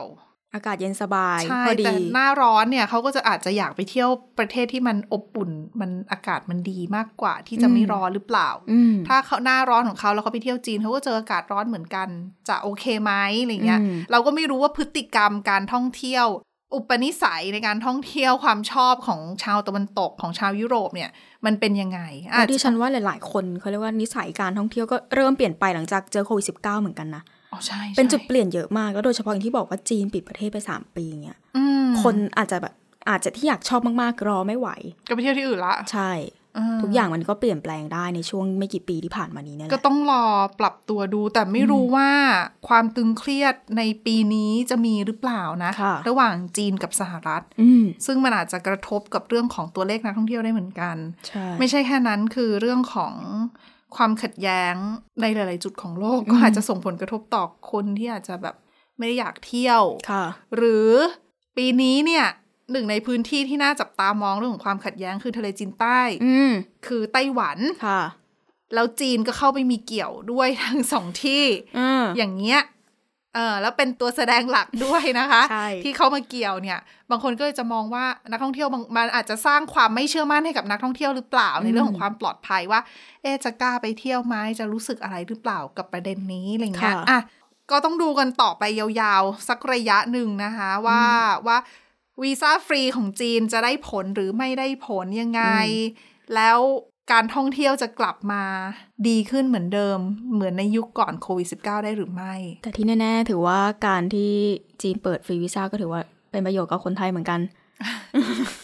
[SPEAKER 2] อากาศเย็นสบาย
[SPEAKER 1] ใช่
[SPEAKER 2] พอดี
[SPEAKER 1] แต่หน้าร้อนเนี่ยเขาก็จะอาจจะอยากไปเที่ยวประเทศที่มันอบอุ่นมันอากาศมันดีมากกว่าที่จะไม่ร้อนหรือเปล่า
[SPEAKER 2] อืม
[SPEAKER 1] ถ้าเขาหน้าร้อนของเขาแล้วเขาไปเที่ยวจีนเขาก็เจออากาศร้อนเหมือนกัน จะโอเคไหมอะไรเงี้ย
[SPEAKER 2] อืม
[SPEAKER 1] เราก็ไม่รู้ว่าพฤติกรรมการท่องเที่ยว อุปนิสัยในการท่องเที่ยวความชอบของชาวตะวันตกของชาวยุโรปเนี่ยมันเป็นยังไงอาจ
[SPEAKER 2] ที่ฉันว่าหลาย ๆ คนเขาเรียกว่านิสัยการท่องเที่ยวก็เริ่มเปลี่ยนไปหลังจากเจอโควิดสิบเก้าเหมือนกันนะ
[SPEAKER 1] อ๋อใช่ใช่
[SPEAKER 2] เป็นจุดเปลี่ยนเยอะมาก แล้วโดยเฉพาะอย่างที่บอกว่าจีนปิดประเทศไป 3 ปีเงี้ย
[SPEAKER 1] อืม
[SPEAKER 2] คนอาจจะแบบอาจจะที่อยากชอบมากๆ รอไม่ไหว
[SPEAKER 1] ก็ไปเที่ยวที่อื่นละ
[SPEAKER 2] ใช่
[SPEAKER 1] อืม
[SPEAKER 2] ทุกอย่างมันก็เปลี่ยนแปลงได้ในช่วงไม่กี่ปีที่ผ่านมานี้เนี่ยแห
[SPEAKER 1] ก็
[SPEAKER 2] ละ
[SPEAKER 1] ต้องรอปรับตัวดู แต่ไม่รู้ว่าความตึงเครียดในปีนี้จะมีหรือเปล่านะ
[SPEAKER 2] ค่ะ
[SPEAKER 1] ระหว่างจีนกับสหรัฐ
[SPEAKER 2] อืม
[SPEAKER 1] ซึ่งมันอาจจะกระทบกับเรื่องของตัวเลขนักท่องเที่ยวได้เหมือนกัน
[SPEAKER 2] ใช่
[SPEAKER 1] ไม่ใช่แค่นั้นคือเรื่องของความขัดแย้งในหลาย ๆ จุดของโลก ก็อาจจะส่งผลกระทบต่อคนที่อาจจะแบบไม่ได้อยากเที่ยว
[SPEAKER 2] ค่ะ
[SPEAKER 1] หรือปีนี้เนี่ยหนึ่งในพื้นที่ที่น่าจับตามองเรื่องของความขัดแย้งคือทะเลจีนใต้
[SPEAKER 2] อืม
[SPEAKER 1] คือไต้หวัน
[SPEAKER 2] ค่ะ
[SPEAKER 1] แล้วจีนก็เข้าไปมีเกี่ยวด้วยทั้งสองที่
[SPEAKER 2] อืม
[SPEAKER 1] อย่างเงี้ย เออแล้วเป็นตัวแสดงหลักด้วยนะคะ
[SPEAKER 2] ใช่
[SPEAKER 1] ที่เขามาเกี่ยวเนี่ย บางคนก็เลยจะมองว่านักท่องเที่ยวบางมันอาจจะสร้างความไม่เชื่อมั่นให้กับนักท่องเที่ยวหรือเปล่า ในเรื่องของความปลอดภัยว่า เอะจะกล้าไปเที่ยวไหมจะรู้สึกอะไรหรือเปล่ากับประเด็นนี้อะไรเงี้ย
[SPEAKER 2] ค่ะ
[SPEAKER 1] อ่ะก็ต้องดูกันต่อไปยาวๆ สักระยะหนึ่งนะคะว่าว่าวีซ่าฟรีของจีนจะได้ผลหรือไม่ได้ผลยังไง แล้วการท่องเที่ยวจะกลับมาดีขึ้นเหมือนเดิม เหมือนในยุคก่อนโควิด -19 ได้หรือไม่
[SPEAKER 2] แต่ที่แน่ ๆ ถือว่าการที่จีนเปิดฟรีวีซ่าก็ถือว่าเป็นประโยชน์กับคนไทยเหมือนกัน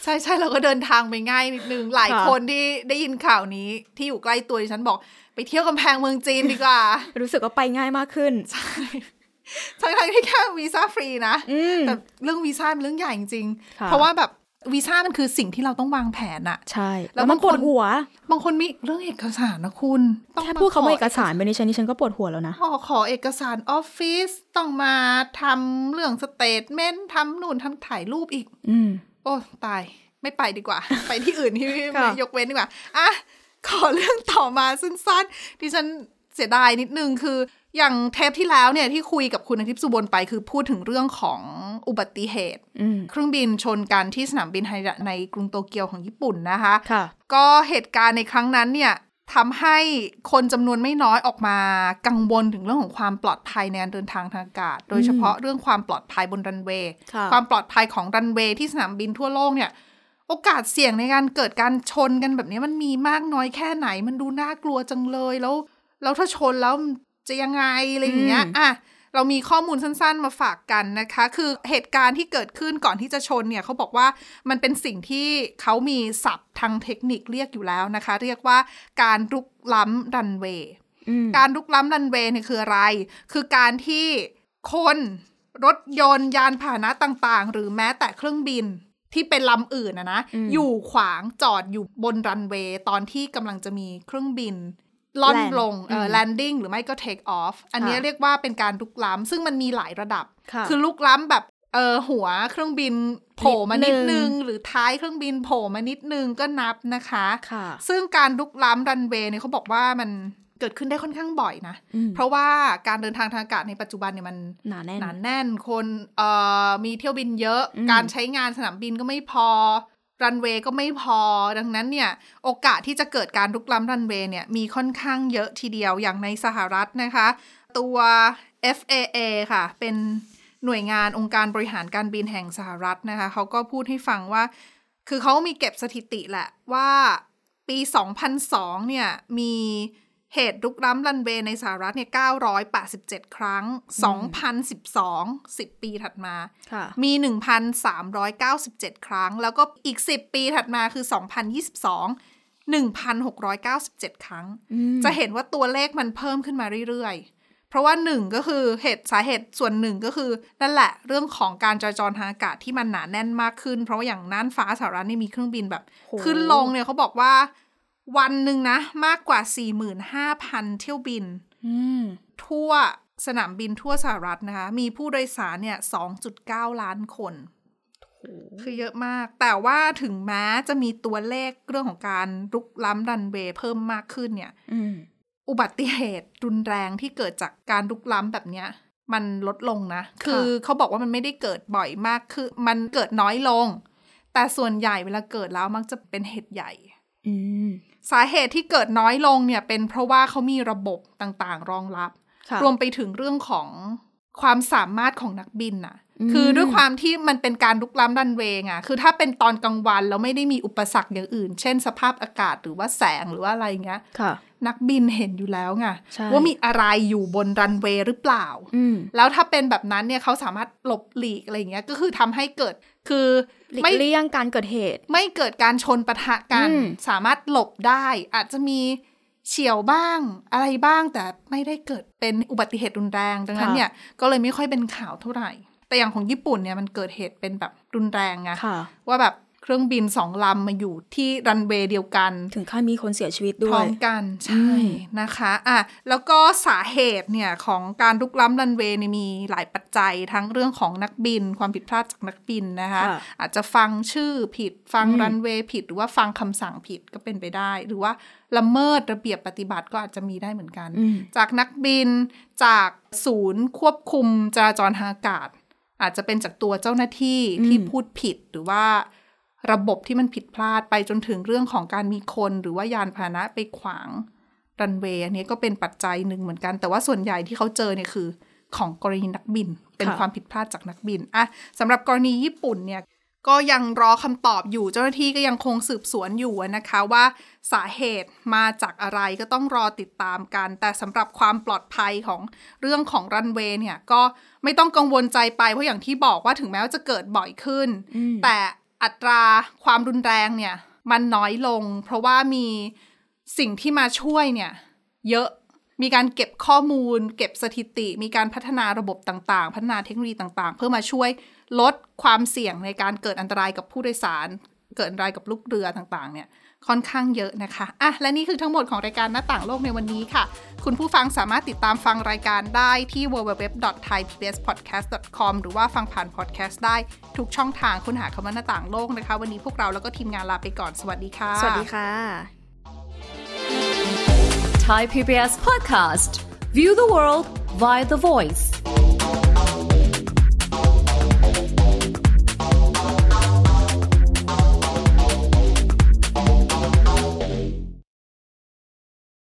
[SPEAKER 1] ใช่ใช่เราก็เดินทางไปง่ายนิดนึง หลาย
[SPEAKER 2] ค่ะ
[SPEAKER 1] คนที่ได้ยินข่าวนี้ที่อยู่ใกล้ตัวดิฉันบอก ไปเที่ยวกำแพงเมืองจีนดีกว่า *laughs*
[SPEAKER 2] รู้สึกว่าไปง่ายมากขึ้น
[SPEAKER 1] ทั้งทที่แค่วีซ่าฟรีนะ
[SPEAKER 2] อืม
[SPEAKER 1] แต่เรื่องวีซ่าเป็นเรื่องใหญ่จริงๆ
[SPEAKER 2] ค่ะ
[SPEAKER 1] เพราะว่าแบบวีซ่ามันคือสิ่งที่เราต้องวางแผนอะ
[SPEAKER 2] ใช่
[SPEAKER 1] แล้
[SPEAKER 2] แล้ว ว
[SPEAKER 1] บา
[SPEAKER 2] มั
[SPEAKER 1] ง
[SPEAKER 2] น
[SPEAKER 1] ค
[SPEAKER 2] ป
[SPEAKER 1] น
[SPEAKER 2] วดหัว
[SPEAKER 1] บางคนมีเรื่องเอกสารนะคุณต้อง
[SPEAKER 2] แค่
[SPEAKER 1] ม
[SPEAKER 2] พูดคำว่า
[SPEAKER 1] ข
[SPEAKER 2] เอกสารไปในฉันนี่ฉันก็ปวดหัวแล้วนะ
[SPEAKER 1] ขอขอเอกสารออฟฟิศต้องมาทำเรื่องสเตทเมนต์ทำนู่นทำถ่ายรูปอีก
[SPEAKER 2] อืม
[SPEAKER 1] โอ้ตายไม่ไปดีก
[SPEAKER 2] *laughs*
[SPEAKER 1] ว่า ไปที่อื่นที่
[SPEAKER 2] ค่ะ
[SPEAKER 1] ไม่ยกเว้นดีกว่าอ่ะขอเรื่องต่อมาสั้นๆที่ฉันเสียดายนิดนึงคือ อย่างเทปที่แล้วเนี่ยที่คุยกับคุณอาทิตย์สุบลไปคือพูดถึงเรื่องของอุบัติเหตุ
[SPEAKER 2] อืม
[SPEAKER 1] เครื่องบินชนกันที่สนามบินไฮระในกรุงโตเกียวของญี่ปุ่นนะคะ
[SPEAKER 2] ค่ะ
[SPEAKER 1] ก็เหตุการณ์ในครั้งนั้นเนี่ยทำให้คนจำนวนไม่น้อยออกมากังวลถึงเรื่องของความปลอดภัยในการเดินทางทางอากาศ โดยเฉพาะเรื่องความปลอดภัยบนรันเวย์
[SPEAKER 2] ค่ะ
[SPEAKER 1] ความปลอดภัยของรันเวย์ที่สนามบินทั่วโลกเนี่ย โอกาสเสี่ยงในการเกิดการชนกันแบบนี้มันมีมากน้อยแค่ไหน มันดูน่ากลัวจังเลยแล้ว แล้วถ้าชนแล้วมันจะยังไงอะไรอย่างเงี้ย
[SPEAKER 2] อืม
[SPEAKER 1] อ่ะเรามีข้อมูลสั้นๆ มาฝากกันนะคะ คือเหตุการณ์ที่เกิดขึ้นก่อนที่จะชนเนี่ยเขาบอกว่ามันเป็นสิ่งที่เขามีศัพท์ทางเทคนิคเรียกอยู่แล้วนะคะ เรียกว่าการรุกล้ำรันเวย์
[SPEAKER 2] อืม
[SPEAKER 1] การลุกล้ำรันเวย์เนี่ยคืออะไร คือการที่คนรถยนต์ยานพาหนะต่างๆ หรือแม้แต่เครื่องบินที่เป็นลำอื่นนะนะ
[SPEAKER 2] อืม
[SPEAKER 1] อยู่ขวางจอดอยู่บนรันเวย์ตอนที่กำลังจะมีเครื่องบิน ล่อน
[SPEAKER 2] Land
[SPEAKER 1] ลงเออ
[SPEAKER 2] ม
[SPEAKER 1] แลนดิ้งหรือไม่ก็เทคออฟ อันเนี้ย
[SPEAKER 2] ค่ะ
[SPEAKER 1] เรียกว่าเป็นการลุกล้ำ ซึ่งมันมีหลายระดับ
[SPEAKER 2] ค่ะ
[SPEAKER 1] อลุกล้ำแบบเออหัวเครื่องบินโผล่มานิด
[SPEAKER 2] นิดนึ
[SPEAKER 1] นึง
[SPEAKER 2] ง
[SPEAKER 1] หรือท้ายเครื่องบินโผล่มานิดนึงก็นับนะคะ
[SPEAKER 2] ค่ะ
[SPEAKER 1] ซึ่งการลุกล้ำรันเวย์เนี่ยเขาบอกว่ามันเกิดขึ้นได้ค่อนข้างบ่อยนะ
[SPEAKER 2] อืม
[SPEAKER 1] เพราะว่าการเดินทางทางอากาศในปัจจุบันเนี่ยมัน
[SPEAKER 2] หนาแน่น
[SPEAKER 1] หนานแน่นคนเอ่อมีเที่ยวบินเยอะ
[SPEAKER 2] อืม
[SPEAKER 1] การใช้งานสนามบินก็ไม่พอ รันเวย์ก็ไม่พอ ดังนั้นเนี่ย โอกาสที่จะเกิดการลุกล้ำรันเวย์เนี่ยมีค่อนข้างเยอะทีเดียวอย่างในสหรัฐนะคะ ตัว FAA ค่ะ เป็นหน่วยงานองค์การบริหารการบินแห่งสหรัฐนะคะเขาก็พูดให้ฟังว่า คือเขามีเก็บสถิติแหละว่าปี 2002 เนี่ย มีเหตุลุกล้ำรันเวย์ในสหรัฐเนี่ย 987 ครั้ง 2012 10 ปีถัดมา
[SPEAKER 2] ค่ะ
[SPEAKER 1] มี 1,397 ครั้ง แล้วก็อีก 10 ปีถัดมาคือ 2022 1,697 ครั้ง
[SPEAKER 2] อืม
[SPEAKER 1] จะเห็นว่าตัวเลขมันเพิ่มขึ้นมาเรื่อยๆ เพราะว่าหนึ่งก็คือเหตุสาเหตุส่วนหนึ่งก็คือ นั่นแหละเรื่องของการจราจรทางอากาศที่มันหนาแน่นมากขึ้น เพราะว่าอย่างน่านฟ้าสหรัฐนี่มีเครื่องบินแบบ
[SPEAKER 2] โห
[SPEAKER 1] ขึ้นลงเนี่ยเขาบอกว่าวันหนึ่งนะมากกว่า 45,000 เที่ยวบิน
[SPEAKER 2] อืม
[SPEAKER 1] ทั่วสนามบินทั่วสหรัฐนะคะ มีผู้โดยสารเนี่ย 2.9 ล้านคน คือเยอะมาก แต่ว่าถึงแม้จะมีตัวเลขเรื่องของการลุกล้ำรันเวย์เพิ่มมากขึ้นเนี่ย
[SPEAKER 2] อืม
[SPEAKER 1] อุบัติเหตุรุนแรงที่เกิดจากการลุกล้ำแบบเนี้ย มันลดลงนะ คือเขาบอกว่ามันไม่ได้เกิดบ่อยมาก คือมันเกิดน้อยลง แต่ส่วนใหญ่เวลาเกิดแล้วมักจะเป็นเหตุใหญ่
[SPEAKER 2] อืม
[SPEAKER 1] สาเหตุที่เกิดน้อยลงเนี่ยเป็นเพราะว่าเขามีระบบต่างๆ รองรับ
[SPEAKER 2] ค่ะ
[SPEAKER 1] รวมไปถึงเรื่องของความสามารถของนักบินน่ะ
[SPEAKER 2] อืม
[SPEAKER 1] คือด้วยความที่มันเป็นการลุกล้ำรันเวย์ไงคือถ้าเป็นตอนกลางวันแล้วไม่ได้มีอุปสรรคอย่างอื่น เช่นสภาพอากาศหรือว่าแสงหรือว่าอะไรอย่างเงี้ย
[SPEAKER 2] ค่ะ
[SPEAKER 1] นักบินเห็นอยู่แล้วไง
[SPEAKER 2] ใช่
[SPEAKER 1] ว่ามีอะไรอยู่บนรันเวย์หรือเปล่า
[SPEAKER 2] อืม
[SPEAKER 1] แล้วถ้าเป็นแบบนั้นเนี่ยเขาสามารถหลบหลีกอะไรอย่างเงี้ยก็คือทำให้เกิดคือ
[SPEAKER 2] หลีก
[SPEAKER 1] ไม่
[SPEAKER 2] เลี่ยงการเกิดเหตุ
[SPEAKER 1] ไม่เกิดการชนปะทะกัน
[SPEAKER 2] อืม
[SPEAKER 1] สามารถหลบได้ อาจจะมีเฉียวบ้างอะไรบ้างแต่ไม่ได้เกิดเป็นอุบัติเหตุรุนแรงดังนั้นเนี่ยก็เลยไม่ค่อยเป็นข่าวเท่าไหร่ แต่อย่างของญี่ปุ่นเนี่ยมันเกิดเหตุเป็นแบบรุนแรงไง
[SPEAKER 2] ค่ะ
[SPEAKER 1] ว่าแบบเครื่องบินสองลำมาอยู่ที่รันเวย์เดียวกัน
[SPEAKER 2] ถึงขั้นมีคนเสียชีวิตด้
[SPEAKER 1] พ
[SPEAKER 2] ว
[SPEAKER 1] ร้อย มกัน
[SPEAKER 2] อื
[SPEAKER 1] ใช่
[SPEAKER 2] ม
[SPEAKER 1] นะคะอ่ะแล้วก็สาเหตุเนี่ยของการลุกล้ำรันเวย์เนี่ยมีหลายปัจจัยทั้งเรื่องของนักบิน ความผิดพลาดจากนักบินนะคะ
[SPEAKER 2] ค่ะ
[SPEAKER 1] อาจจะฟังชื่อผิดฟัง
[SPEAKER 2] อืม
[SPEAKER 1] รันเวย์ผิด หรือว่าฟังคำสั่งผิดก็เป็นไปได้ หรือว่าละเมิดระเบียบปฏิบัติก็อาจจะมีได้เหมือนกัน
[SPEAKER 2] อืม
[SPEAKER 1] จากนักบินจากศูนย์ควบคุมจราจรทางอากาศ อาจจะเป็นจากตัวเจ้าหน้าที่
[SPEAKER 2] อืม
[SPEAKER 1] ที่พูดผิดหรือว่าระบบที่มันผิดพลาดไปจนถึงเรื่องของการมีคนหรือว่ายานพาหนะไปขวางรันเวย์อันนี้ก็เป็นปัจจัยหนึ่งเหมือนกัน แต่ว่าส่วนใหญ่ที่เขาเจอเนี่ยคือของกรณีนักบิน เป็นความผิดพลาดจากนักบินอะสำหรับกรณีญี่ปุ่นเนี่ย ก็ยังรอคำตอบอยู่เจ้าหน้าที่ก็ยังคงสืบสวนอยู่นะคะว่าสาเหตุมาจากอะไรก็ต้องรอติดตามกัน แต่สำหรับความปลอดภัยของเรื่องของรันเวย์เนี่ยก็ไม่ต้องกังวลใจไป เพราะอย่างที่บอกว่าถึงแม้ว่าจะเกิดบ่อยขึ้น
[SPEAKER 2] อืม
[SPEAKER 1] แต่อัตราความรุนแรงเนี่ยมันน้อยลง เพราะว่ามีสิ่งที่มาช่วยเนี่ยเยอะ มีการเก็บข้อมูล เก็บสถิติ มีการพัฒนาระบบต่างๆ พัฒนาเทคโนโลยีต่าง ๆ เพื่อมาช่วยลดความเสี่ยงในการเกิดอันตรายกับผู้โดยสาร เกิดอันตรายกับลูกเรือต่างๆ เนี่ย ค่อนข้างเยอะนะคะ อ่ะ และนี่คือทั้งหมดของรายการหน้าต่างโลกในวันนี้ค่ะ คุณผู้ฟังสามารถติดตามฟังรายการได้ที่ www.thaipbspodcast.com หรือว่าฟังผ่านพอดแคสต์ได้ทุกช่องทางค้นหาคำว่าหน้าต่างโลกนะคะ วันนี้พวกเราแล้วก็ทีมงานลาไปก่อน สวัสดีค่ะ
[SPEAKER 2] สวัสดีค่ะ
[SPEAKER 3] Thai PBS podcast. View the world via the voice.